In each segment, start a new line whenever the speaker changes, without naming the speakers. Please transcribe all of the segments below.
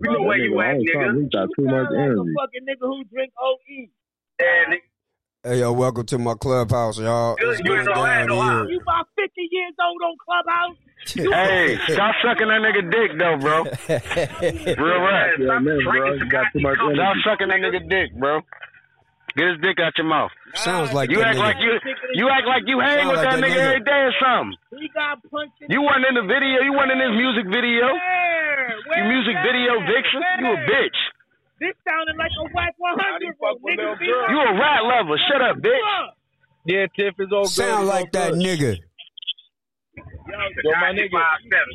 We
Oh,
know where you at,
I ain't trying to
nigga.
reach out too
You
much
sound like
energy.
a fucking nigga who drink OE.
And
Hey, yo, welcome to my clubhouse, y'all.
Good,
It's
you
going
ain't no
down
hand, no
here.
eye.
You about 50 years old on Clubhouse?
hey,
Stop sucking that nigga dick though, bro. Real rap.
Yeah,
stop
man, bro,
drinking
you got too much
Scotch.
energy.
Stop sucking that nigga dick, bro. Get his dick out your mouth.
Sounds like
You
that
act
nigga.
like you you act like you
Sound
hang with
like
that
that
nigga
nigga.
every day or something.
He got punched in
You wasn't in the video. You wasn't in his music video.
Where?
You
Where?
music video
Where?
vixen. You a
Where?
bitch.
This sounded like a whack 100
you
room.
fuck with Lil
Niggas be
Durk?
like,
You a rat lover. Shut up, bitch.
fuck.
Yeah, Tiff is all good.
Sound
it's all
like that
good.
nigga.
Yo, my nigga.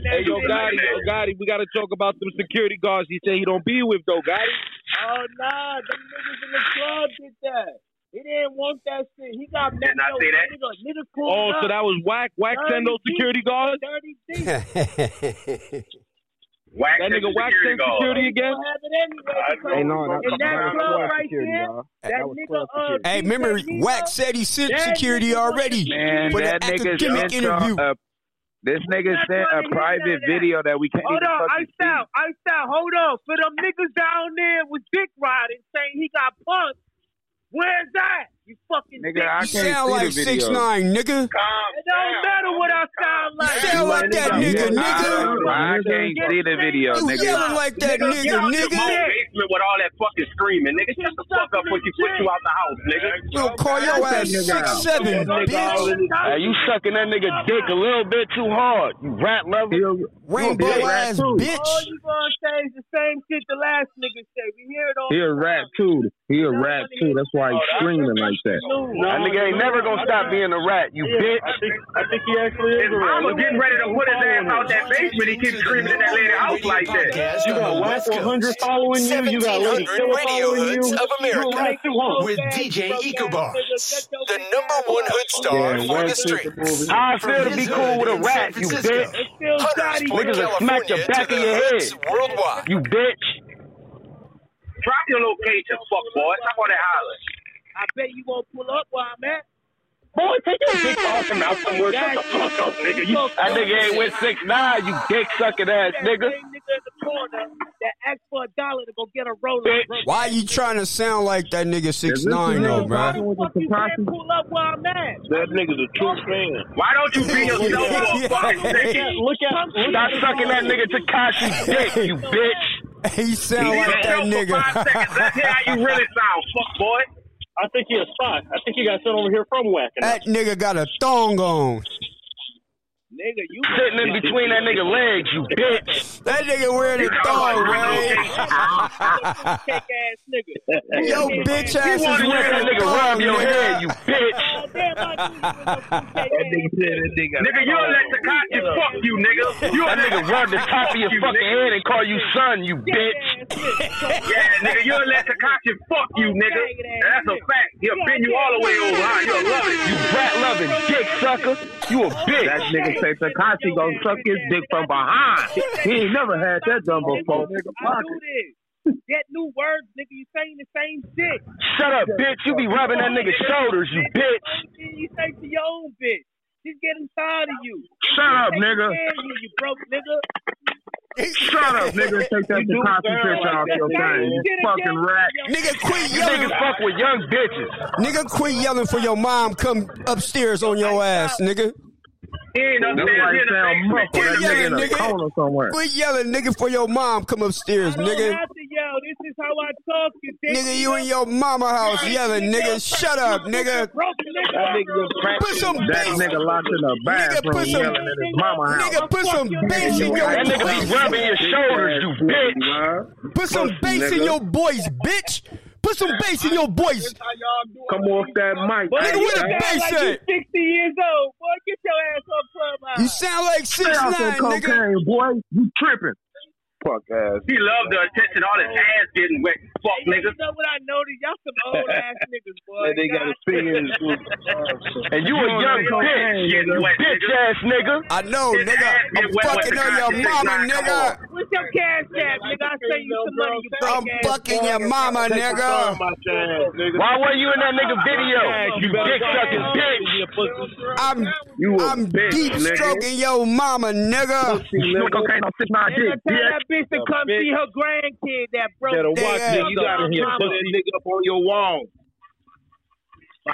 Hey, yo, Gotti, yo,
Gotti.
Gotti, we got to talk about them security guards he said he don't be with, though, Gotti.
Oh, nah. Them niggas in the club did that. He didn't want that shit. He got mad.
Didn't I
Yo,
say that?
Nigga, niggas
Oh,
pulled
so
up.
that was whack. Whack send those security guards?
Dirty deep.
That's
Whack
That nigga whack send security again?
Don't have it anyway.
I
because
know.
Hey, no, that,
in
that
that
was
club
club
right
security,
there,
y'all.
that,
that was
nigga,
club
uh,
security.
hey, remember, Wax said he sent
Yeah,
security
nigga,
already
Man,
for the academic interview.
a, this nigga
That's sent why a they private did that. video
that we can't
Hold on, ice out, ice out. Hold on, for them niggas down there was dick riding, saying he got punked. Where's that? You fucking dick.
Nigga, I
you
can't
sound
see
like
the
six
video.
nine, nigga.
It don't matter what I sound
You
like.
sound like that nigga, nigga.
I can't see the video,
You
nigga.
yelling like that
Nigga,
nigga,
get out your
nigga.
mouth.
basement with all that fucking screaming, nigga. Shut the fuck up when she put you out the house, nigga.
Yo, call your ass six seven, bitch.
Hey, you sucking that nigga dick a little bit too hard. You rat lover.
Rainbow ass
All
bitch.
Oh, you gonna say is the same shit the last nigga said. We hear it all.
He a
the
rat
time.
too. He a rat too. That's why
Oh,
he's screaming like that.
That nigga ain't never gonna stop being a rat. You bitch.
His mama getting ready to put his ass out that basement. He keeps screaming at that lady house like that.
You got West 100 following you. You got Lady Killer following you. Of America. With DJ Ecobar, the number one hood star
Yeah,
for
one
the
super
streets.
How I feel to
From
be
his
cool with a
hood in San
rat, you
Francisco.
bitch.
It's still
Hunters
shoddy.
point
Niggas will smack the
California
back
to
of
the
your
hoods
head.
Worldwide.
You bitch.
Drop your location, fuck boy. Stop all that hollering.
I bet you won't pull up where I'm at.
Boy, take your dick off and out somewhere. Shut the fuck up, nigga. You
That nigga ain't with six nine. You dick sucking ass
That
nigga.
same nigga in the corner that asked for a dollar to go get a roller.
Bitch.
Why you trying to sound like that nigga six
this
nine
is
though,
it, bro?
bro?
with
Fuck
the
you
Takashi?
can't pull up where I'm at.
That nigga's a true fan.
Why don't you be yourself for a fucking second?
Look at
Stop sucking that nigga Takashi's dick, you bitch.
He sound
Be
like that
yourself for five seconds. Let's hear
nigga.
how you really sound, fuck boy.
I think he a spot. I think he got sent over here from whacking.
That nigga got a thong on.
Nigga, you
Sitting in between that nigga legs, you bitch.
That nigga wearing a thong, right?
kick ass nigga.
Yo, bitch ass is
You let that
wearing a
nigga rub
thong,
your head, you
nigga.
bitch.
Oh, damn, I knew you was
that nigga.
Nigga, you'll let Takashi fuck you, nigga. You'll
That
let
nigga rub the top of your fucking head and call you son, you bitch.
a punk ass nigga.
Yeah, nigga, you'll let Takashi fuck you, nigga. That's a fact. He'll bend you all the way over, huh? You'll love it.
You rat loving dick sucker. You a
That
bitch.
nigga say Takashi gonna suck his dick from behind. He ain't never had that done before.
I do this. Get new words, nigga. You saying the same shit.
Shut up, bitch. You be rubbing that nigga's shoulders, you bitch.
You say to your own bitch. She's getting tired of you.
Shut up,
Take
nigga.
care of You, you broke nigga.
Shut up, nigga. Take that Takashi picture off your thing. You fucking rat.
Nigga, quit
You
yelling.
niggas fuck with young bitches.
Nigga, quit yelling for your mom. Come upstairs on your ass, nigga.
He ain't
That's
upstairs
why
he
he
in the
sound
basement.
muffled. That nigga in a corner somewhere.
Quit yelling, nigga, for your mom. Come upstairs,
I don't
nigga.
have to yell. This is how I talk. You dick
Nigga, you in your mama house yelling, nigga. Shut up, nigga.
broke nigga.
That nigga was
Put some
That
bass.
nigga locked in the
Nigga,
bathroom
put some-
yelling at his mama house.
Nigga, put some bass in your
That nigga be rubbing your shoulders, you bitch.
Put some bass in your voice, bitch. Put some bass in your voice.
Come off that mic.
Boy,
Nigga,
you
where the
sound
bass
like
at?
You 60 years old. Boy, get your ass off club.
You sound like six
Stay
nine,
off that
nigga.
cocaine, boy. You tripping.
fuck ass.
He loved the attention. All his ass getting wet. Fuck,
Hey,
nigga.
You know what I noticed? Y'all some old ass niggas, boy.
They got a
God
finger in his group.
And you a young bitch. You bitch ass nigga.
I know, nigga. I'm fucking on your mama, nigga.
What's your cash app, nigga? I send you some money, you broke
I'm
ass.
fucking your mama, nigga.
Why were you in that nigga
Ass,
video? You
better
dick
go
sucking
home.
bitch.
You pussy.
I'm
You a
I'm
bitch,
deep
nigga.
stroking your mama, nigga.
You smoke cocaine on six nine
Nigga,
dick, bitch.
tell that bitch to
The
come
bitch.
see her grandkid that broke
Better watch
down
this. You
drama
gotta hear
drama.
pussy nigga up on your wall. You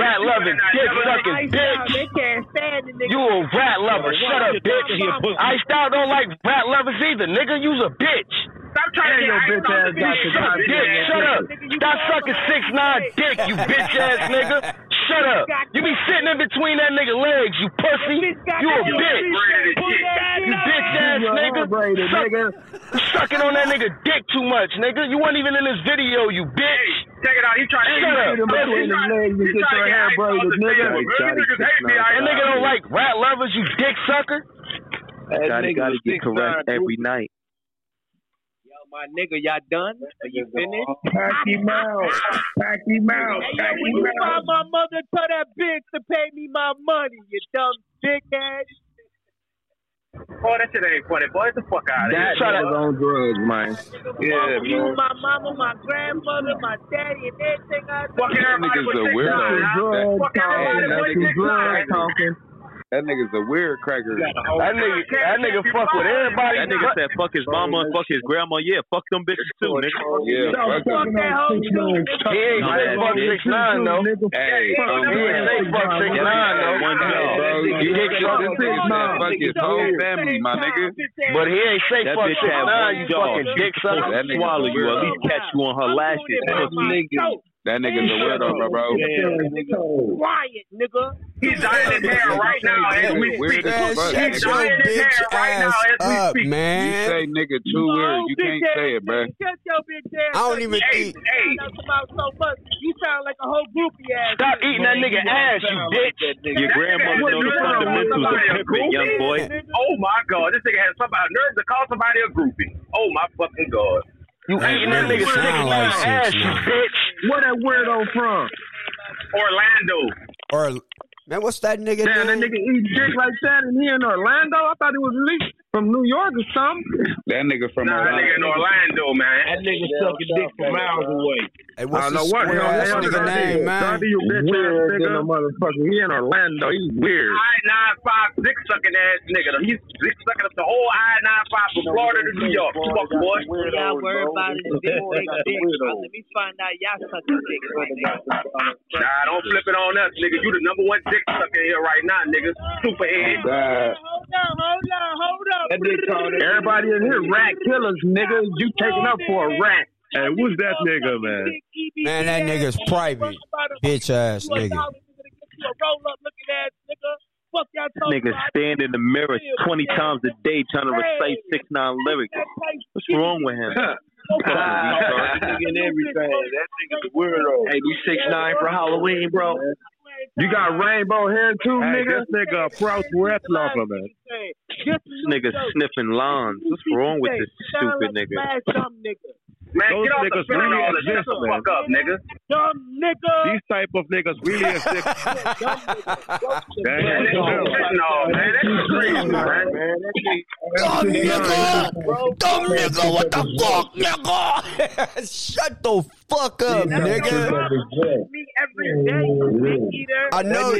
rat loving, dick sucking,
Lifestyle,
bitch.
They can't stand the nigga.
You a rat lover.
Yeah,
Shut up,
watch
bitch.
your pussy.
Iced out don't like rat lovers either. Nigga, you's a bitch.
Stop trying to
your
get
bitch
iced
ass
out the
got
bitch.
Shut up, bitch. Shut up. Stop sucking six nine dick, you bitch ass nigga. Shut up. You be sitting in between that nigga legs, you pussy. You a bitch. You bitch ass nigga.
Overrated, nigga.
You sucking on that nigga dick too much, nigga. You weren't even in this video, you bitch.
Check it out. He trying to
Shut up,
He trying-
bitch.
he trying to get iced out the
Nigga,
table.
like
Really,
Johnny
niggas hate me.
Six
I
That nigga don't like rat lovers, you dick sucker.
Gotta gotta get correct every
Yo, my nigga, y'all done? Are you finished?
Pack him out. Pack him out.
Hey, yo,
Pack him
when you
out.
find my mother, tell that bitch to pay me my money, you dumb dick ass.
Oh, that shit ain't funny, boy. Get the fuck out of here.
That
Shut up.
was on drugs, man.
Yeah,
you,
bro.
my mama, my grandmother, my daddy, and everything I do.
Fucking everybody
nigga's
with
a
six
weirdo.
nine, huh?
Drugs
Fuck
talking.
everybody
that
with
nigga's
six
Drugs
nine.
talking.
That nigga's a weird cracker.
That nigga, that nigga fuck with everybody.
That
but-
said fuck his mama and fuck his grandma. Yeah, fuck them bitches too, nigga.
Yeah,
Stop
cracker.
fucking on
hoe
six
too,
nine.
nigga.
Talk-
He ain't
Nah,
say
that
fuck
bitch.
six nine though.
Nigga,
Hey,
fuck
bro.
He ain't say fuck six nine though.
One
Hey, bro, you
He
hit
hit
your
your
this nigga
mom.
said fuck his whole family, my nigga.
But he ain't say
That
fuck
bitch
six
had
nine. You
one jaw.
fucking dick
Fuck,
sucker.
that
that
nigga
swallow you, at
weirdo.
least catch you on her lashes.
That nigga, that nigga's a weirdo, bro, bro.
Quiet, nigga.
He's dying in hair right now as we
Weird
speak.
Man,
as fuck.
Hey,
shut
nigga.
your
Zion is
bitch
there right now
ass
as we
up,
speak.
You
man.
say nigga too weird. You can't say it, bro.
Shut your bitch ass.
I don't even
Hey,
think.
hey,
That's about so much. You sound like a whole groupie ass.
Stop eating that nigga ass, you bitch.
Your grandmother know the fundamentals of pimping, young boy.
oh my god, this nigga has somebody nerves to call somebody a groupie. Oh my fucking god.
You eating that nigga six
Sound
nine
like
ass,
six
you
nine.
bitch.
Where that weirdo from?
Orlando.
Or man, what's that nigga
Damn, that
name?
nigga eat dick like that and he in Orlando? I thought he was at least from New York or something.
That nigga from
Nah, that nigga in Orlando,
Orlando.
man.
nigga sucking dick from miles away.
I
Hey,
don't
what's
know
this
what.
square ass
Hell,
nigga name, man?
Doggy, you bitch
Weird
ass
than a
nigga. motherfucker. He in Orlando. He's weird.
I nine five dick sucking ass nigga. He's dick sucking up the whole I nine five from Florida to New York. Fuck boy.
Y'all worry about it. Dick, dick, dick. Let me find out y'all sucking dick right now.
Nah, don't flip it on us, nigga. You the number one dick sucker here right now, nigga. Superhead.
God.
Hold on, hold on, hold on.
That nigga called it-
Everybody in here rat killers, nigga. You taking up for a rat.
Hey, who's that nigga, man?
Man, that nigga's private, bitch ass nigga.
Nigga stand in the mirror 20 times a day trying to recite 6 9 lyrics. What's wrong with him?
Hey, you six nine for Halloween, bro.
You got rainbow hair too,
Hey,
nigga.
this nigga a pro rap lover, man. This nigga sniffing lines. What's wrong with this stupid nigga?
Man,
Those
get off the
niggas
spinning
really
all this. Shut
exist,
the
man.
fuck up, nigga.
Dumb nigga.
These type of niggas really exist.
That nigga
Dumb.
fentanyl, man. That's just crazy, man.
Dumb nigga, dumb nigga, what the fuck, nigga? Shut the fuck up, nigga.
Me every day, you dick eater.
I know.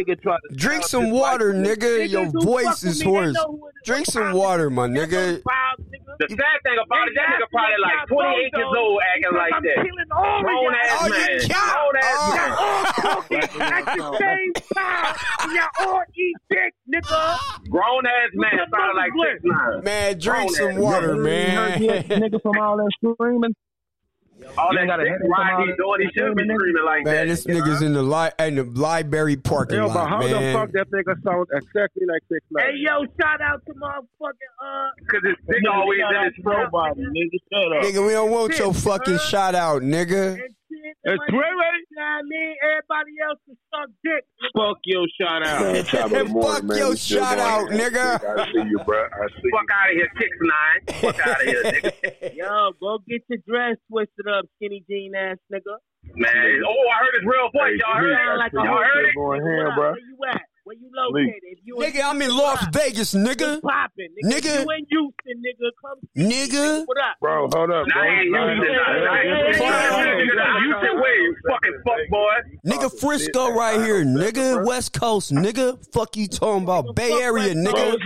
Drink some water, nigga.
Niggas
Your
who fuck
voice
with
is
me, they
hoarse.
know who it is.
Drink some
Wild
water, my
niggas.
nigga.
Wild niggas.
The sad thing about it, that nigga probably like 28 years old acting like
I'm
that.
killing all
Grown
of y'all.
ass
Oh,
man. Grown
you Oh.
ass man.
count.
at the same time, and y'all all eat dick, nigga.
Grown ass man sounded like six nine.
Man, drink
Grown
some
ass.
water,
Hurt this
man.
nigga from all that screaming.
All
You
that
ain't gotta
dick
hit him
riding he
out.
doing, he shouldn't be screaming like that.
Man, this nigga's in the li- in the library parking
Yo, but
lot,
how the
man.
fuck that nigga sound exactly like Six
Hey,
Nine?
yo, shout out to motherfucking, uh,
Because his dick always in his throat.
nigga. Shut up.
Nigga, we don't want your fucking shout out, nigga.
and shit.
Hey,
like,
Ray Ray.
You know what I mean? Everybody else can suck dick.
Fuck your shout out.
Fuck your shout out, nigga.
I see you, bro. I see you.
Fuck out of here, six nine. Fuck out of here, nigga.
Yo, go get your dress twisted up, skinny jean ass nigga.
Man, oh, I heard his real voice. Y'all heard
Sound
it?
like a
Y'all
hoe.
heard it?
Going
Where
ham, bro.
you at? Where you you located? If you
Nigga, I'm in Las Vegas, nigga.
It's popping, nigga.
Nigga.
You in Houston, nigga. Come
Nigga.
what up?
Bro, hold up, bro.
You said, wait, you fucking fuck boy.
Nigga Frisco right here, nigga. West Coast, nigga. Fuck you talking about Bay Area, nigga.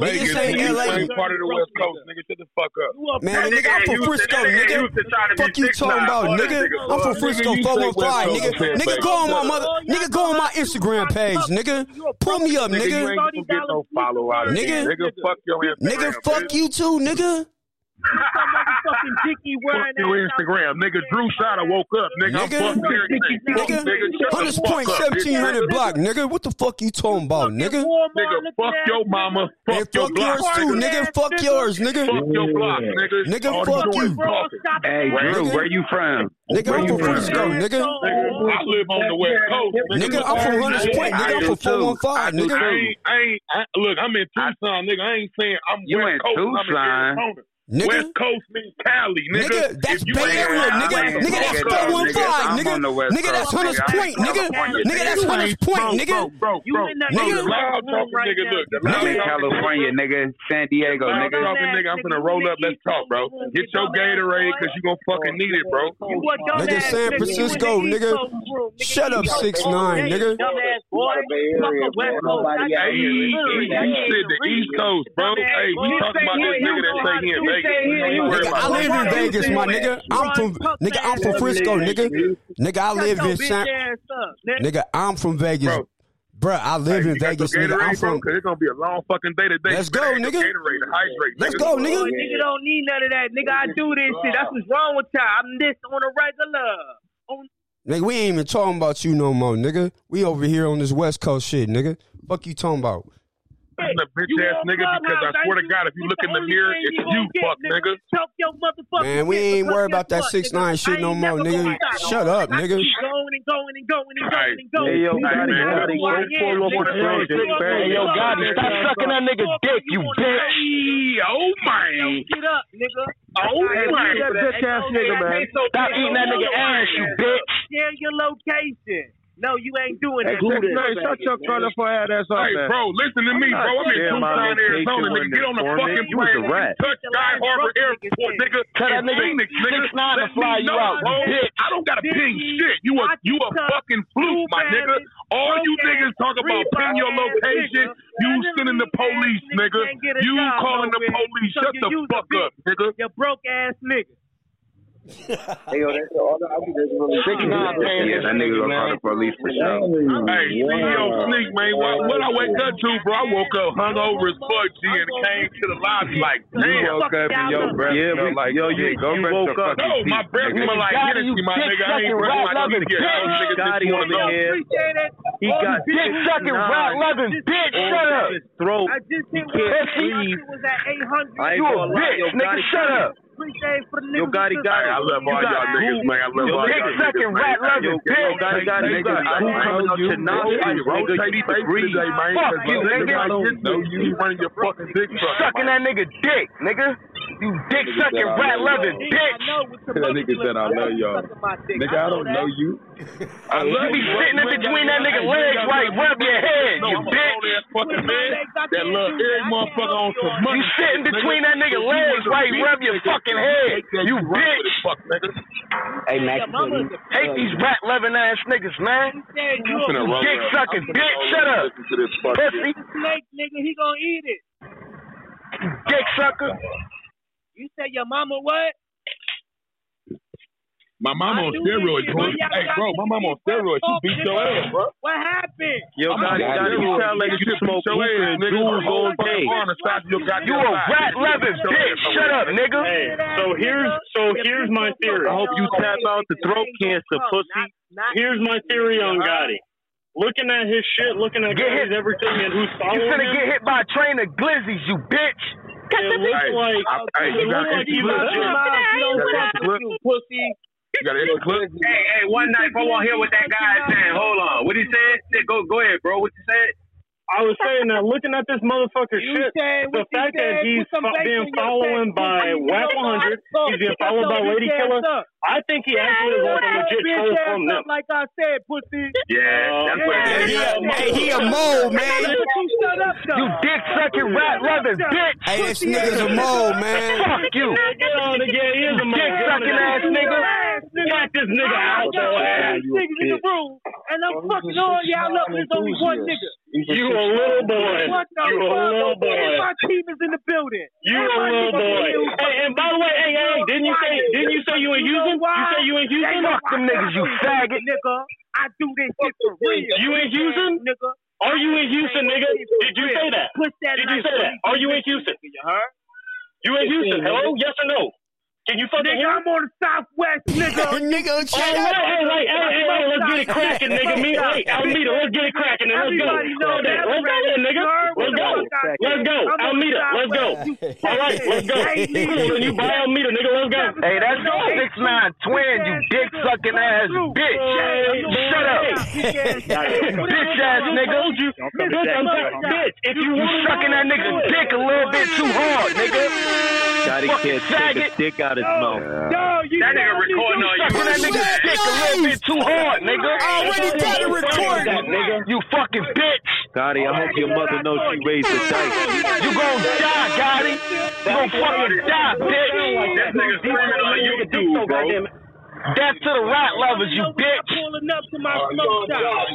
Vegas ain't LA.
part of the West Coast, nigga. Shut the fuck up.
You up
Man,
That
nigga, I'm
nigga
from
used to-
Frisco,
that nigga
nigga.
used to try to be
Fuck you
six
talking
nine,
about,
boy. That
nigga?
nigga
I'm from
was.
Frisco,
Nigga, you say
415,
West Coast
nigga.
is
Nigga,
big.
go on my mother. Nigga, go on my Instagram page, nigga. Pull me up,
Nigga, you
nigga.
ain't gonna get no follow out of me.
Nigga.
Nigga, fuck your Instagram.
Nigga, fuck
bitch.
you too, nigga.
some motherfucking dicky
Fuck
wearing that.
your Instagram. Nigga, Drew Shada woke up. Nigga, I'm
Nigga.
fucking serious.
Nigga,
shut the
Hunters
fuck
Point,
up, bitch.
1700 block, nigga. What the fuck you talking about, nigga?
Nigga, fuck your mama. Fuck
And
your
fuck
block.
yours too, nigga. Fuck yours,
Fuck
nigga.
your block, nigga.
Nigga,
All doing
fuck you.
is talking.
Hey,
Drew, where
you from?
Nigga, I'm from Frisco,
Nigga,
nigga.
I live on the West Coast.
Nigga, I'm from Hunters Point, nigga. I'm from 415,
I
nigga.
ain't, I ain't, I, look, I'm in Tucson, nigga. I ain't saying I'm
You in
West Coast. I'm in
Tucson.
Arizona.
Nigga,
West Coast means Cali, nigga.
nigga, that's
If you
Bay
ain't
Area,
from
nigga.
Atlanta,
Nigga, that's
fuck up,
I'm
415,
on the
nigga.
West
Nigga, that's
Coast,
Hunters
nigga. I ain't
Point, nigga.
California,
Nigga, that's
You
Hunters
ain't- bro,
Point,
Bro,
nigga.
bro,
You
bro.
in that
bro,
nigga.
the loud talking
right
nigga,
now.
look. The loud
You in
talking
California,
nigga.
nigga. San Diego,
Loud
nigga.
talking nigga, I'm finna roll up. Let's talk, bro. Get your Gatorade, cause you gonna fucking need it, bro.
You a dumbass,
Nigga, San
nigga.
Francisco,
You in the East
nigga.
Coast room, nigga.
Shut up,
You a
6'9", nigga.
Dumbass boy. Fuck a West Coast. I
Hey,
got you
he
literally. I
he
got
said the
you
East Coast, bro. Hey, we talking about this nigga that say he in Vegas. You worry
Nigga, I
about
live in Vegas, my nigga. I'm from nigga. I'm from Frisco, nigga. Nigga, I
Shut
live
your
in
bitch
San.
ass up, nigga.
Nigga, I'm from Vegas,
Bro.
bro. I live in
you got
Vegas,
your
nigga. I'm
Gatorade, bro?
from.
'Cause it's gonna be a long fucking day today.
Let's
You better
go,
have
nigga.
your Gatorade to hydrate.
Let's
nigga.
go,
Boy,
nigga.
Oh, nigga don't need none of that. Nigga, I do this shit. That's what's wrong with y'all. I'm this on a regular. On
Nigga, we ain't even talking about you no more, nigga. We over here on this West Coast shit, nigga. Fuck you talking about?
I'm a bitch
You
ass
on
nigga
Clubhouse,
because I
ain't
swear to God, if you
It's
look in the
only
mirror,
thing
it's
you
you,
gonna get,
fuck nigga.
Choke your motherfucking
Man, we
shit,
ain't
because
worried
guess
about that
what,
6ix9ine
nigga? I
shit no
ain't
more,
never
nigga.
gonna stop.
Shut up,
I
nigga.
keep Going and going and going and going and going.
Hey, yo,
Nigga,
Gotti,
that's
Gotti,
who I
go
am,
pull up
nigga.
on the road,
You
this
up
man.
on
Hey, yo,
the
Gotti,
road,
stop
nigga.
sucking that nigga
Fuck
dick,
you
you
wanna
bitch.
be?
Oh my.
Get up, nigga.
Oh
Hey,
my.
leave that bitch ass nigga, man.
Stop eating that nigga ass, you bitch.
Share your location. No, you ain't doing that.
shut your colorful ass up,
Hey, bro, listen to me, bro.
I'm not
I'm in
sharing
Tucson,
my location
Arizona,
with
nigga. Get on the
informant.
fucking
You was a
plane. nigga.
rat.
Touch Sky Harbor Airport, nigga.
Tell that
in
nigga
Phoenix, nigga.
6ix9ine to
Let me
fly you
know,
out,
bro.
bitch.
I don't gotta ping shit. You a you a fucking fluke, my nigga. All you niggas talk about ping your location. You sending the police, nigga. You calling the police. Shut the fuck up, nigga.
You broke ass nigga.
Six nine paying this
Yeah, that
nigga, gonna call the police for sure.
Hmm,
Hey, CEO Sneak, man, what, what I wake up to, bro? I woke up hungover as fuck, G, and came to the lobby like, damn.
woke up and your breath
Yeah,
smelled
we-
like
yo, you-
dick. Your
you
breath
woke
smell
up.
fucking
No, my
deep,
breath
nigga.
smell like
Gotti,
Hennessy,
you
my
dick
nigga. I ain't
sucking
breath
rat
my teeth
loving
yet. All
bitch.
niggas
Gotti
just
on
wanna
the
know.
air.
Appreciate it.
He
All
got
you
Dick
bitches
sucking
is
rat
nine.
loving bitch. Shut up.
His throat.
I just hit one.
can't
last night,
breathe.
it was at 800.
I
You
ain't
a
gonna lie,
bitch,
yo,
nigga.
Gotti,
Shut up.
Appreciate it for the niggas.
Yo, Gotti,
who took
Gotti,
Hey, I
it.
love all y'all
You got
niggas,
Google.
man. I love
Yo,
all
dick
y'all
sucking
niggas,
rat
man.
loving
Yo,
bitch.
yo,
Gotti, Gotti, you
niggas,
got
I know
Google coming out
you.
your nostrils,
Hey,
nigga.
rotate
You
these faces
breathe.
today, man,
Fuck
'cause
you,
niggas
nigga.
like this know you. You running your fucking dick sucking,
Sucking
man.
that nigga dick, nigga. You dick sucking rat loving bitch.
That
nigga said, "I love y'all." Nigga, I don't know you.
I love
You be
you,
sitting in
bro.
between that nigga legs like rub your head,
No,
you
I'm a
bitch.
grown-ass fucking man. That love every motherfucker on some money.
You sitting between that nigga legs while he rub your fucking head, you bitch.
Fuck, nigga.
Hey, Max, you
Hate these rat loving ass niggas, man.
said you
I'm finna
a
roll
Dick
up.
sucking
I'm finna
bitch,
roll up
shut up.
and Listen to this fuck
Pussy,
snake, nigga. He gonna eat it.
dick sucker.
You said your mama what?
My mama on
I do
steroids,
this
bro.
shit.
Hey, bro, my mama on steroids. She beat your ass, bro.
What happened?
Yo,
I'm
Gotti,
on
Gotti, you
steroids.
sound like you
She beat
smoke
your
hookah
ass,
and
nigga.
dudes
Whole
all
fucking
day.
bar on the side of your goddamn
You a
thigh.
rat loving bitch, shut up, nigga.
Hey, so here's so here's my theory.
I
I hope you tap out the throat cancer, pussy. Here's my theory on Gotti. Looking at his shit, looking at
Get
Gotti's
hit.
everything and who's
You
following
finna
him,
get hit by a train of glizzies, you bitch.
it looks
Hey,
like
I- hey,
it
you
looks
got
like he
extra
was
clips,
just
You got an extra clip?
Hey, hey, one night, bro, on here with that guy saying, hold on. What he said? Yeah, go, go ahead, bro. What you said?
I was saying that looking at this motherfucker's
You
shit,
said
the
what you
fact that
said,
he's
put some
fo-
bass in your
being
face.
followed by
You
Whack
know
100,
what?
he's being
Pick up
followed by
those
Lady
bitch
Killer.
ass up.
I think he
Yeah,
actually is
you
like a
have
legit
bitch
troll
ass
from
up,
them.
Like I said, pussy.
Yeah, that's what it is.
Yeah, hey, he a mole, man.
Shut up, though.
You dick sucking rat loving bitch.
Hey, this nigga's a mole, man.
Fuck you.
Get on the yeah, he is a
Dick sucking ass nigga.
Knock this nigga
I
out.
got
your
all
ass.
these niggas in the room, and I'm fucking all y'all up. and There's only one nigga.
You a little boy.
What the
You a little
fuck?
boy.
And my team is in the building.
You
And
a
my
little
niggas
boy.
in the
Hey, and by the way, hey, hey, didn't you say didn't you say you in
You know
Houston? You
why?
say you in Houston?
Fuck them niggas, you faggot.
Nigga, I do this shit for real.
You in Houston?
Nigga.
Are you in Houston, nigga? Did you say that?
Put that
Did you
knife
say that?
on
Are you in Houston? You in Houston? Hello? Yes or no? Can you fucking
Nigga,
hear me?
I'm on the Southwest, nigga.
nigga,
Oh, hey,
shut up.
hey, hey, hey, hey, hey, let's get it cracking, nigga. Me, hey, Almeida, let's get it cracking and let's go.
Everybody knows
Let's go there, nigga. Let's go. Let's go. Almeida, let's go. All right, let's go. Cool, and you buy Almeida, nigga. Let's go.
Hey, that's your six nine twin, you dick sucking ass bitch. Shut up. Bitch ass nigga.
Bitch, I'm sorry. Bitch, if you
You
want to
sucking that nigga's dick a little bit too hard, nigga.
Gotti
Fucking
can't take
faggot.
his dick out his mouth.
Yo, you
That nigga
tell me
recording
you
on
Sucking that nigga's dick a little bit too hard, nigga.
I already got it recorded.
nigga. You fucking bitch.
Gotti, I hope your mother knows she raised a dyke.
You gonna die, Gotti. You gonna fucking die, bitch.
This nigga screaming on YouTube, bro.
Death to the rat lovers, you
when y'all
bitch.
pulling up to my smoke shop.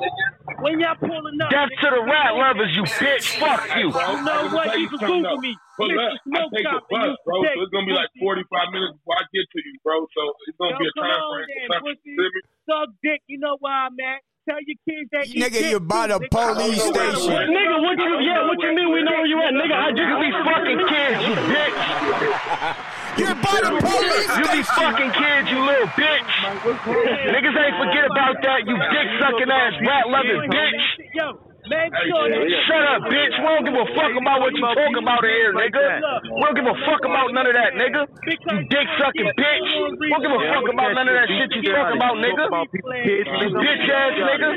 When y'all pulling up,
Death to
nigga,
the rat lovers, you bitch. Fuck you.
you know what? You can Google me.
But
Mr.
look, I
Smoke
take a
Shop,
bus,
and you
bro. So
sick
it's gonna be like
pussy.
45 minutes before I get to you, bro. So it's gonna
Yo,
be a
come
time
on
frame
then,
for something.
pussy.
You feel me?
Suck dick. You know why, man? Tell your kids that eat
Nigga,
dick,
you by the
too, nigga.
police
You gotta
station.
work.
Nigga, what you, yeah, what you mean we know where you at? Nigga, I
You
just
be fucking kids, you bitch.
You're by the police.
You be fucking kids, you little bitch. Niggas ain't forget about that, you dick sucking ass rat loving bitch.
Yo, make sure that
Shut up, bitch. We don't give a fuck about what you talking about in here, nigga. We don't give a fuck about none of that, nigga. You dick sucking bitch. We don't give a fuck about none of that shit you talking about, nigga.
Kids,
You bitch ass nigga.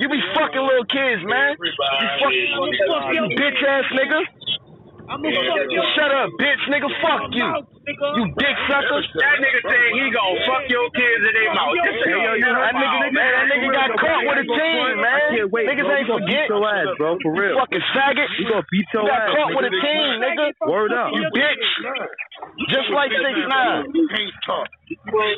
You be fucking little kids, man. You fucking you bitch ass nigga.
I'm gonna fuck your
Shut up, bitch nigga. Fuck you.
mouth, nigga.
You dick sucker.
That nigga said he gonna fuck your kids in their mouth. This
Hey, yo,
nigga,
you
That
heard
nigga, man, that nigga got caught with a team, man. Niggas ain't forget.
Beat your ass, bro, for real.
Fucking faggot.
You gonna beat your
You got
ass.
caught with a
nigga.
team, nigga.
Word up.
You bitch. Just like six nine.
You can't talk.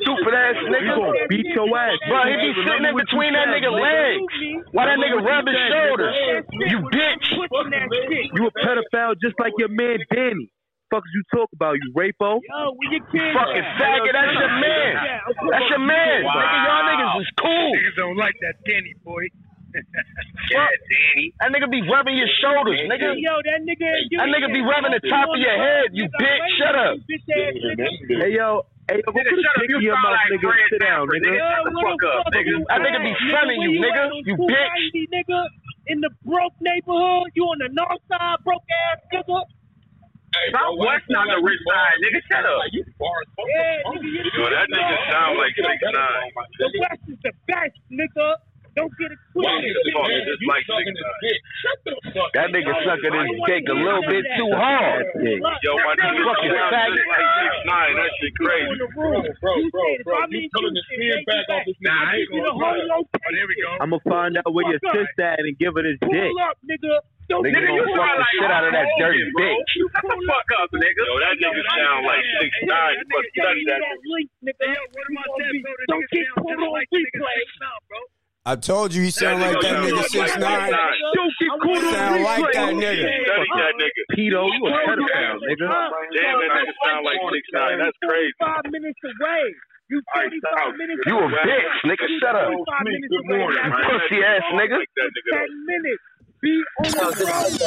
Stupid ass
You
nigga.
gonna beat your ass.
Bro, he be sitting in between that nigga legs. Why that nigga rub his shoulders? You bitch.
Pushing that shit.
You a pedophile just like your man Danny. Fuck is you talk about, you rapo?
Yo, where your kids
Fucking
at?
faggot. That's your man. That's your man. Nigga, y'all niggas is cool.
Niggas don't like that Danny boy.
Fuck. That nigga be rubbing your shoulders, nigga.
Yo, that nigga. ain't
That nigga be rubbing the top of your head, you bitch. Shut up.
Bitch ass nigga.
Hey yo, hey yo, go put
Nigga,
a
shut up.
dick
You
in your
sound
mouth,
like
nigga.
Fred
Sit down,
Sanford,
nigga.
nigga. the
Yo, where the
fuck up,
fuck
nigga.
you
That nigga be
at?
fronting
Where
you,
at
nigga.
on
You
290, nigga? In the broke neighborhood, you on the north side, broke ass nigga.
Southwest not the rich side, nigga. Shut up.
Yeah, nigga, you
Yo, that nigga sound like six nine.
The West is the best, nigga. Don't get it twisted.
just like six nine.
That nigga sucking his dick a little bit too hard.
Yo, my nigga
Fucking
sound
faggot.
just like six nine. That shit crazy.
Bro, bro,
bro, bro, you pulling the skin back off this
Nah, I ain't
You the
gonna.
whole
Oh,
location.
there we go.
I'ma find out where your
Fuck up.
sister at and give her this dick.
Pull up, nigga. Don't get
Nigga,
Nigga,
it
you
twisted.
fuck the shit out of that dirty bitch.
You shut the fuck up, nigga.
Yo, that nigga sound like six nine. You must study that nigga.
Don't get pulled on replay.
I told you he sound like that nigga six
Don't
nine.
get caught
Sound like that nigga.
Study that nigga.
Pedo, you a pedophile, nigga.
Damn, that nigga sound like six nine. That's crazy.
Five minutes away. You
All right,
45 minutes
You a bitch, nigga. Shut up.
Good
Pussy ass nigga.
Like that nigga.
10 minutes. Be on the road.
G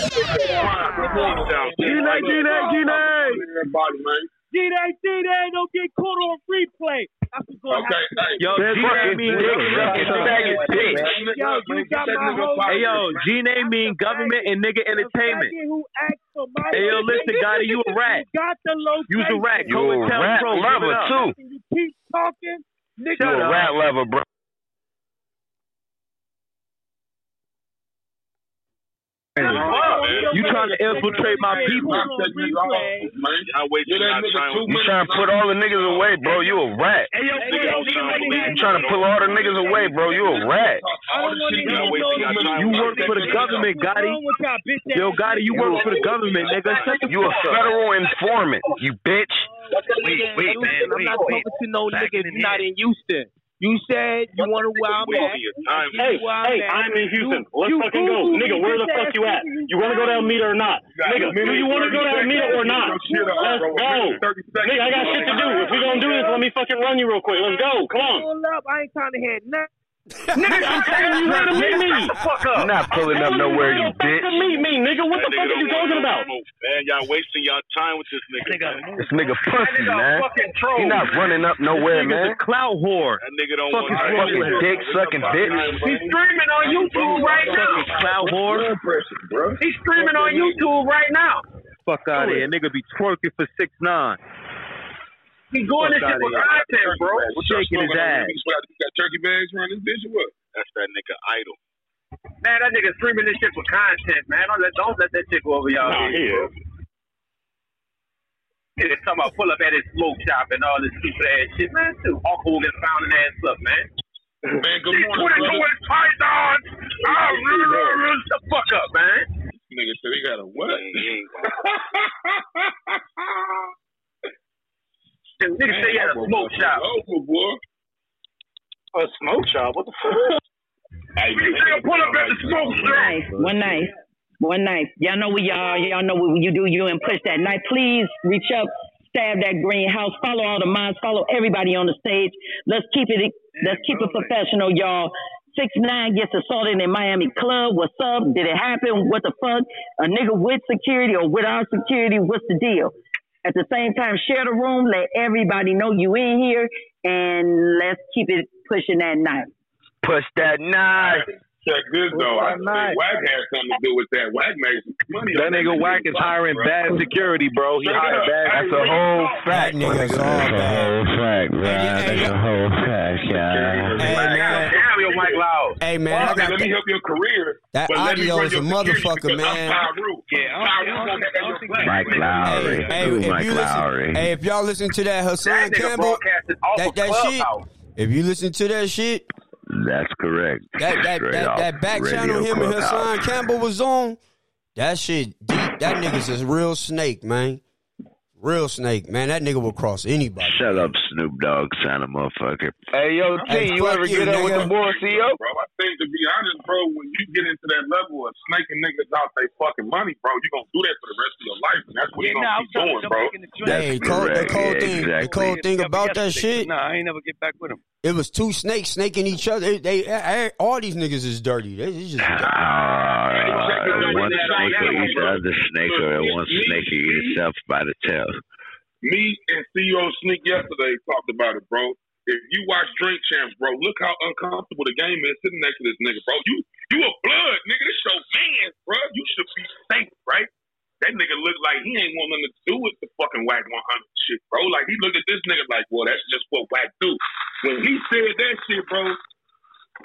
G-Night, G-Night, G-Night.
D-Day, D-Day, don't get caught on replay. I could go out.
Okay. Hey,
Yo, G-Name
Fucking
mean
dick sucking faggot bitch.
Yo, you got my whole
Hey yo, G-Name mean government and nigga
The
entertainment.
faggot Who asked for my
Hey yo, listen, Gotti, you a rat.
You got the location.
You's a rat.
You a rat
Pro, give
lover
it up.
too.
And you keep talking, nigga.
You a rat lover, bro.
You trying to infiltrate my people?
You trying to put all the niggas away, bro? You a rat. You trying to pull all the niggas away, bro? You a rat.
You work for the government, Gotti. Yo, Gotti, you work for the government, nigga. Shut the
You a
fuck up.
federal informant, you bitch.
Wait, wait, man. I'm not talking to no niggas not in Houston. You said you want to where I'm at.
Hey, hey, I'm in Houston. Let's fucking go. Nigga, where the fuck you at? You want to go to Alameda or not? Nigga, do you want to go to Alameda or not? Let's go. Nigga, I got shit to do. If we going to do this, let me fucking run you real quick. Let's go. Come on.
Pull up. I ain't trying to hear nothing.
Nigga, I'm telling you, you gotta meet me.
You're not pulling up nowhere, you bitch.
Meet me, nigga. What the fuck are you talking about?
Man, y'all wasting y'all time with this nigga. man.
This nigga pussy, man. He not running up nowhere, man.
Clout whore.
That nigga don't
Fuck is
want to
wrong with
Fucking
him?
dick sucking bitch.
He's streaming on YouTube right
Fucking clout whore.
He's streaming on YouTube right now.
Fuck out of here. Nigga be twerking for six nine.
He's doing this shit for content, bro.
Shaking his ass.
got turkey bags around this bitch or what? That's that nigga idol.
Man, that nigga streaming this shit for content, man. Don't let don't let that shit go over y'all
Nah,
head,
he
bro.
is.
Nigga talking about pull up at his smoke shop and all this stupid ass shit, man. Too Hulk Hogan found an ass up, man.
Man, good
He's
morning,
twenty two
brother.
with pythons. Ah, rah, rah, rah. Shut the fuck up, man.
Nigga said he got a what?
This nigga say he had a smoke shop.
Over, boy.
A smoke shop? What the fuck?
Hey,
This nigga pull up at the smoke shop.
Nice. One knife. One knife. Y'all know what y'all y'all know what you do. You and push that knife. Please reach up, stab that green house. Follow all the minds. Follow everybody on the stage. Let's keep it. Let's keep it professional, y'all. Six nine gets assaulted in Miami club. What's up? Did it happen? What the fuck? A nigga with security or without security? What's the deal? At the same time, share the room. Let everybody know you in here, and let's keep it pushing that knife.
Push that knife.
Check this though. I think Wag had something to do with that. Wag made some money.
That
on
nigga Wack is hiring
bro.
bad security, bro. He hired bad.
That's a whole
That
fact.
nigga's all bad.
fact, bro.
That's a
whole fact, yeah.
Hey man,
Damn, yo, Mike Loud.
hey
Well,
man, I
okay,
got
let me
that.
help your career.
That
but let me
audio
run
is
your
a
security
motherfucker,
because
man.
I'm Tyru. Yeah, I'm Tyru.
Mike Lowry.
Hey, hey, if
Mike
you
Lowry.
listen, hey, if y'all listen to that Hassan
That nigga
Campbell,
broadcasted off
that
of
that shit.
Clubhouse.
If you listen to that shit,
That's correct.
that that
Straight
that,
off
that back
Radio
channel him and Hassan
Clubhouse.
Campbell was on, that shit, that nigga's a real snake, man. Real snake, man. That nigga will cross anybody.
Shut up, Snoop Dogg, son of a motherfucker.
Hey, yo,
Hey,
T, you
fuck
ever
you,
get up with
nigga.
the boy, CEO?
Bro, I think to be honest, bro, when you get into that level of snaking niggas out they fucking money, bro, you're gonna do that for the rest of your life, and that's what you're gonna keep doing, bro.
That's
hey, cold, the
correct.
cold
Yeah,
thing, the
exactly.
cold thing about that shit. Nah, I ain't never get back with him. It was two snakes snaking each other. They, they- eh, eh, all these niggas is dirty. They, they just
Ah, one snake will eat the other snake, or one snake will eat itself by the tail.
Me and CEO Sneak yesterday talked about it, bro. If you watch Drink Champs, bro, look how uncomfortable the game is sitting next to this nigga, bro. You you a blood, nigga. This your man, bro. You should be safe, right? That nigga looked like he ain't want nothing to do with the fucking WAC 100 shit, bro. Like, he looked at this nigga like, well, that's just what WAC do. When he said that shit, bro,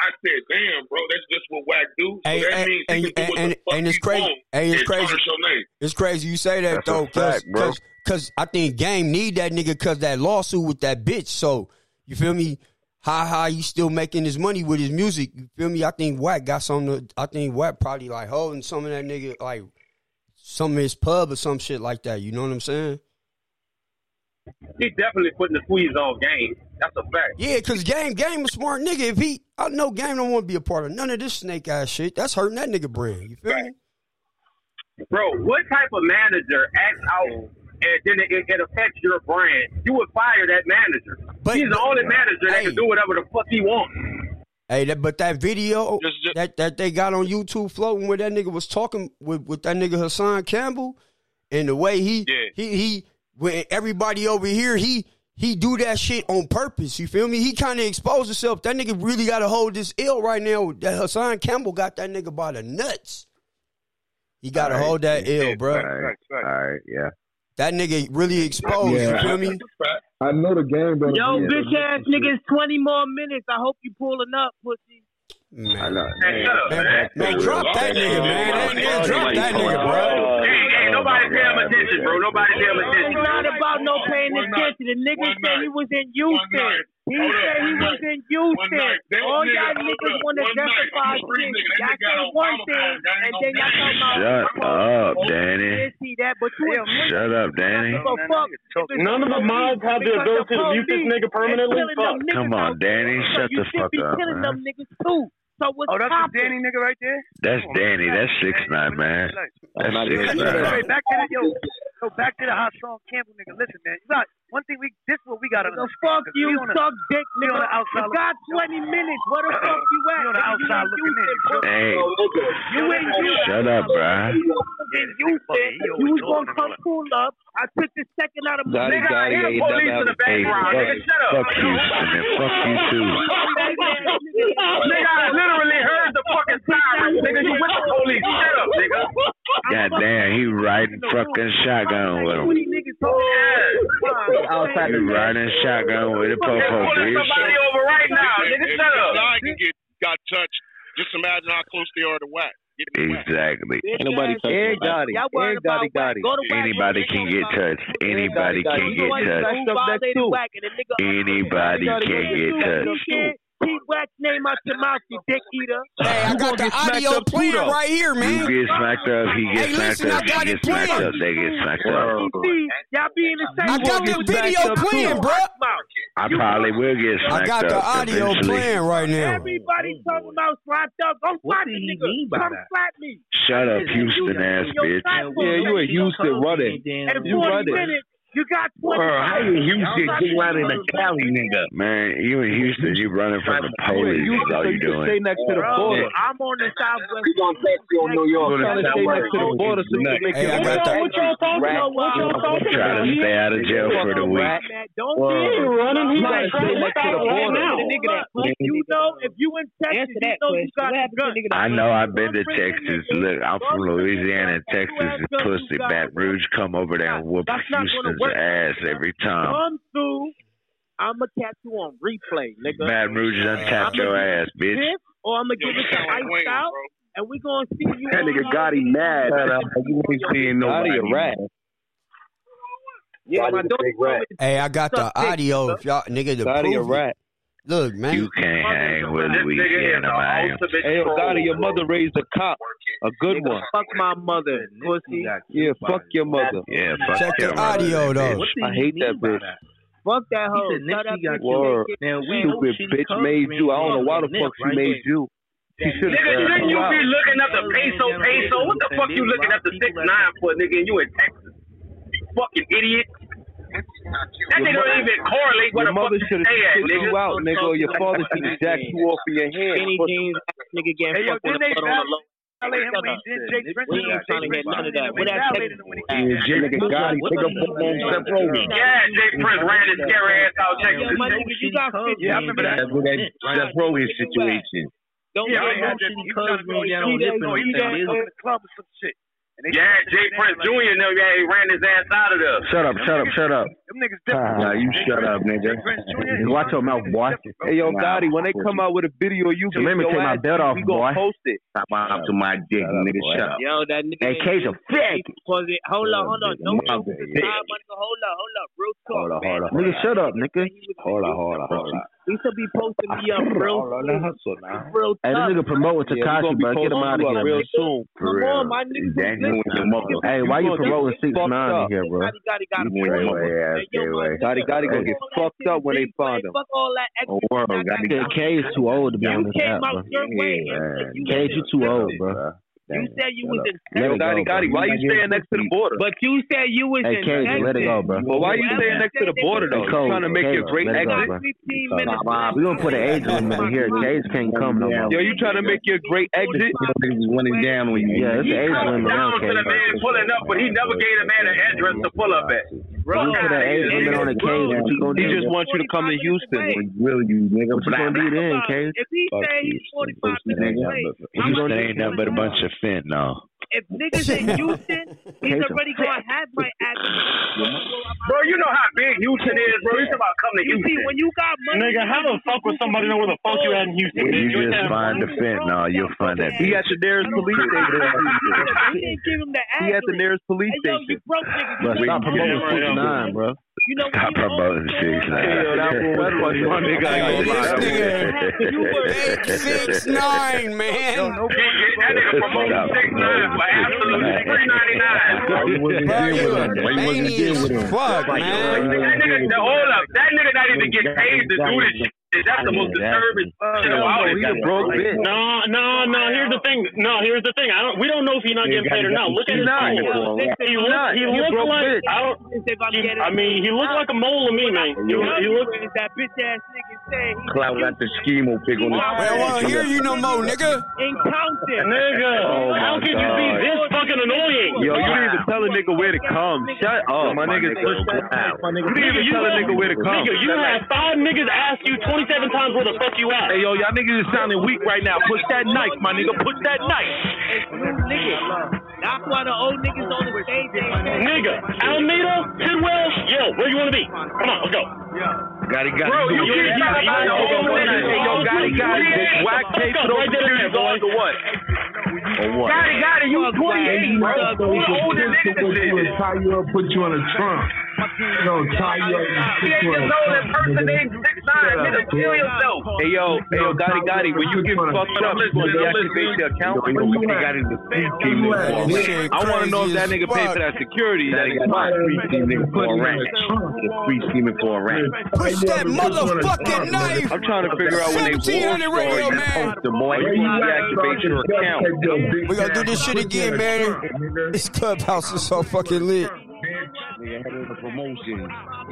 I said, damn, bro, that's just what WAC do. So
Hey,
that
hey,
means
and-
he can do what
and-
the fuck
and it's
he
crazy-
want
hey, it's
and
crazy.
tarnish your name.
It's crazy you say that
That's a
though, cause,
fact, bro.
'cause- 'cause I think Game need that nigga cause that lawsuit with that bitch. So you feel me? How how you still making his money with his music? You feel me? I think Wack got something. To, I think Wack probably like holding some of that nigga like some of his pub or some shit like that. You know what I'm saying?
He definitely putting the squeeze on game. That's a fact.
Yeah, cause Game Game a smart nigga. If he, I know Game don't want to be a part of none of this snake ass shit. That's hurting that nigga brand. You feel me?
Bro, what type of manager acts out and then it, it affects your brand? You would fire that manager.
But-
He's the
but-
only manager that
hey.
can do whatever the fuck he wants.
Hey, that, but that video
Just- just-
that, that they got on YouTube floating where that nigga was talking with, with that nigga Hassan Campbell and the way he
Yeah.
he he when everybody over here he he do that shit on purpose. You feel me? He kind of exposed himself. That nigga really got to hold this ill right now. That Hassan Campbell got that nigga by the nuts. He got to
Right.
hold that ill, bro.
All right, all right, yeah.
That nigga really exposed.
Yeah.
You feel me?
I know the game better.
Yo,
be-
bitch ass niggas, 20 more minutes. I hope you pulling up, pussy.
Man, I know. Man, man, man, man drop that nigga, man. That nigga, drop that nigga, bro.
Hey, hey, nobody pay him attention, bro. Nobody pay him
It's
attention.
not about no paying attention. The nigga said he was in Houston. He said he was in Houston. All y'all niggas want to justify shit. Y'all say one thing, and then y'all talking about
Shut up, Danny.
this, he, that, but you a nigga.
Shut up, Danny.
Give a fuck.
None of the mods have the
Because
ability to mute this
police
nigga permanently.
is killing
Fuck.
them niggas
Come on,
out there.
Danny.
So
Shut
you
the
should
fuck
be
up,
killing them
man.
niggas too. So what's
Oh, that's the
poppin'?
Danny nigga right there.
That's Danny. That's six nine, man. That's six nine.
Anyway, back to the yo, yo, back to the hot song Campbell nigga. Listen, man, you got one thing. We this what we got to
The fuck you suck dick,
we on
nigga.
the outside
You got 20 minutes. Where the fuck you at?
We on the
nigga?
outside
you in
looking in.
Houston, bro.
Hey,
You in Houston.
shut up, bro.
in Houston. You was gonna come cool up. I took the second out of my
Nigga, I hear the police in the background.
Hey, fuck,
Nigga, shut up.
fuck Houston and fuck you too.
Nigga, I literally heard the fucking sirens. Nigga, you with the police. Shut up, nigga.
God damn, he riding fucking shotgun with him.
Outside
You riding shotgun with a popo, bitch.
Somebody over right now.
if
Nigga, shut up.
If Zion can get got touched, just imagine how close they are to whack. Getting whacked.
Exactly.
Anybody
Everybody,
Y'all worried about
everybody got
whack.
it.
Go to whack.
Anybody can get touched. Anybody can
You
get
know what?
touched.
Who
Stuff that
violated
too.
whack and the nigga
Anybody can get touched.
Keep whack name out your mouth, you dick eater.
Hey, I got the audio playing right here,
You
man.
get smacked up, he
Hey,
gets smacked
listen, I
up,
got
she
it
gets smacked
planned.
up, they get smacked
You
up.
see, y'all be in the same
I got the
room.
video playing, bro.
I probably will
I
get smacked
got the
up
audio playing
eventually.
right now.
Everybody
Oh,
talking about slapped up. Go slap the
he mean
nigga.
by
Come
that?
slap me.
Shut up, Houston ass bitch.
Yeah, you in Houston running.
In
You
40
running.
minutes, you got 20
Or how you Houston get running a Cali nigga?
Man, you in Houston, you running from the police.
You
That's all you
should stay
doing.
next to the
Bro,
border.
I'm on the Southwest.
We gonna text you on New York.
You trying to stay next to the border so you can make
Hey,
your
I got the-
What y'all talking about? What y'all talking
Try to stay out of jail for the week.
Man, don't
Word.
be
He
running.
He gotta stay next to the border.
You know, if you in Texas, you know you got a gun.
I know I've been to Texas. Look, I'm from Louisiana. Texas is pussy. Baton Rouge come over there and whoop Houston's ass every time.
Come through. I'ma catch you on replay, nigga.
Baton Rouge done tapped your ass, bitch.
This, or I'ma give
Yo,
it
you
to
sound like
Ice
Wayne,
Out,
bro.
and we gonna see you.
That nigga got him mad. You ain't seeing nobody. rat.
Yeah, my
Gotti the
dog
big
told
rat.
me to
Hey, I got the audio. If y'all nigga, the
Gotti a
proof. it.
rat.
Look, man.
You can't hang with
This nigga is the
Louisiana, man.
ultimate
Hey, yo,
troll,
Gotti, your
bro.
mother raised a cop. A good one.
fuck my mother, pussy.
Yeah, fuck your mother.
Yeah, fuck
Check
your
the
mother,
audio,
bitch.
though.
I hate that bitch.
Fuck that hoe.
said,
Shut
"Nipsey
up,
got
Nicky,
Word.
naked
Now we
man."
Stupid bitch made you. I don't know why the fuck she made you. She should have
Nigga, shouldn't
you
you be
out.
looking up the peso peso? What the fuck you looking up the six nine for, nigga? And you in Texas? You fucking idiot. That nigga don't even correlate with
Your
a
mother
fucking
should have
stay at,
kicked
nigga.
you out, nigga, or your father should have jacked you off in your
Skinny
hand.
jeans, nigga getting
Hey, yo,
fucked with
didn't
a foot
they
on the low.
Violate him when
Shut up.
he did Jake
We ain't trying to hear none of that. Where that Texas at?
Yeah, Jake Gotti, pick up
What
on
the-
step over.
Yeah, Jay Prince ran his scary ass out checking
Yeah,
the
my
shit.
nigga, you got 15
Yeah, I remember that.
minutes.
That's what that Seth Rogen situation.
Yeah, I had
Don't get no
that
shitty
he
cuz
done
going down on
he
hip
done- he done in
and
the club or some shit. And they
Yeah, Jay Prince Jr. know yeah, he ran his ass out of there.
Shut up, shut up, shut up.
Them niggas different.
Nah, you
Jay
shut
Prince-
up, nigga.
Jay Prince Jr.
Watch your mouth, boy.
Hey, yo, Gotti, when they come out with a video, you
So
get
let me
your
take my
ass
belt
beat,
off,
we gonna
boy.
post it.
Stop up to my dick, nigga. Shut up.
Yo, that nigga.
Hey, K's a fag.
Cause it, hold on, hold on.
Yeah,
Don't
my
shoot this
bad.
time, nigga. Hold on, hold on. Real talk.
Hold on,
man.
hold on. Nigga, shut up, nigga. Hold on, hold on, hold on.
He should be posting me up real soon. Real
Hey,
tough.
this nigga promoting
Yeah, we gonna
Takashi,
be
bro. Get him
posting
out of
you
here,
up real
man.
soon.
For
Come on,
real.
my nigga.
Hey, why
gonna
you
get
promoting six
fucked
nine in
up.
here, bro?
Gotti got
You gonna get your ass kicked, right?
Gotti, Gotti gonna get fucked up when they find him.
Fuck all that extra.
Oh, world,
shit I
Gotti.
got.
K is too old to be on
You
this
came
app,
out
bro.
your way. and said you
K,
was
you
in-
too old, bro.
You said you was in
Yo,
Let it go,
Gotti,
bro.
Gotti, why you staying next to the border?
But you said you was
Hey,
in
K,
Texas.
let it go, bro.
But why you staying next to the border though? You trying to make your great
Let it go,
exit?
bro.
Fifteen minutes. left.
We gonna put an age limit in here. K's can't come no more.
Yo, you trying to make your great exit?
down on you. Yeah, it's an age
Down
limit
to
on K.
the man pulling up, but he never gave the man an address to pull up at.
Bro, you put an age limit on the K. What you gonna
He
do?
just wants you to come to Houston.
Will you, nigga? What you gonna do then, K?
If he said he's 45 minutes late,
Houston ain't nothing but a bunch of fentanyl.
If niggas in Houston, he's already gonna have my address.
Bro, you know how big Houston is, bro. It's about coming to
You
Houston.
see, when you got money,
Nigga, how the fuck would somebody know where the fuck you at in Houston?
When you
nigga?
just
at
find the
Bronx.
fentanyl, you'll find that.
He got your nearest police station.
we didn't give him the
He at the
address.
nearest police
Hey, yo, you
station.
broke niggas.
But
You
stop
know-
promoting six nine, bro.
You know,
Stop promoting six nine.
Six nine,
That
man.
nigga promoting six nine for absolutely three ninety nine.
Fuck,
That
man.
nigga, the, hold up. That nigga not even get paid to do this shit. That's the most disturbing shit about it.
No, no, no. Here's the thing. No, here's the thing. I don't. We don't know if he's not
Yeah,
getting paid or not. Look at
he's
his
not.
phone.
He's
He
not.
looked. He
He's a
looked
broke
like.
bitch.
I don't. He, I mean, he looked like a mole to me, man. He, he looked.
That bitch ass nigga said he
Cloud got the schemo pig on
In counting.
Nigga,
Oh my
how could you be
God.
this fucking annoying?
Yo, you didn't even tell a nigga where to come. Shut up, my nigga. You didn't even tell a nigga where to come.
Nigga, you had five niggas ask you 27 times where the fuck you at.
Hey, yo, y'all niggas is sounding weak right now. Push that knife, my nigga. Push that knife.
Nigga, that's why the old niggas on the stage. they say-
Nigga, Alameda, Tidwell, yo, where you want to be? Come on, let's go.
Gotti, gotti,
Bro, you can't
gotti.
talk about the whole nigga.
Hey, yo, gotti, gotti.
This whack tape
Fuck up,
for those
right there,
security
boy.
guards or what?
Or what?
Got it, got it. You 28, bro. Who the older nigga than this?
Tie you up, put you on a trunk. You know, tie you up. and put
He ain't
you on
just
a
know that
trunk,
person
nigga.
named six nine. Nigga, kill yourself.
Hey yo, hey yo, Gotti Gotti, when you get fucked up, you gonna deactivate your account. I want to know if that nigga paid for that security. That nigga
Free steaming for a rat. Free steaming for a rat.
Push that motherfucking knife.
I'm trying to figure out when they war
1700
story
radio,
you
man.
post the boy, you deactivate your account.
We gonna do this shit again, man. This clubhouse is so fucking lit.
Head of the promotion,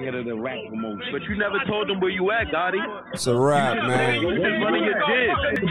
head of the rap promotion. But you never told them where you at, Gotti.
It's a wrap,
You
man.
just running your gym.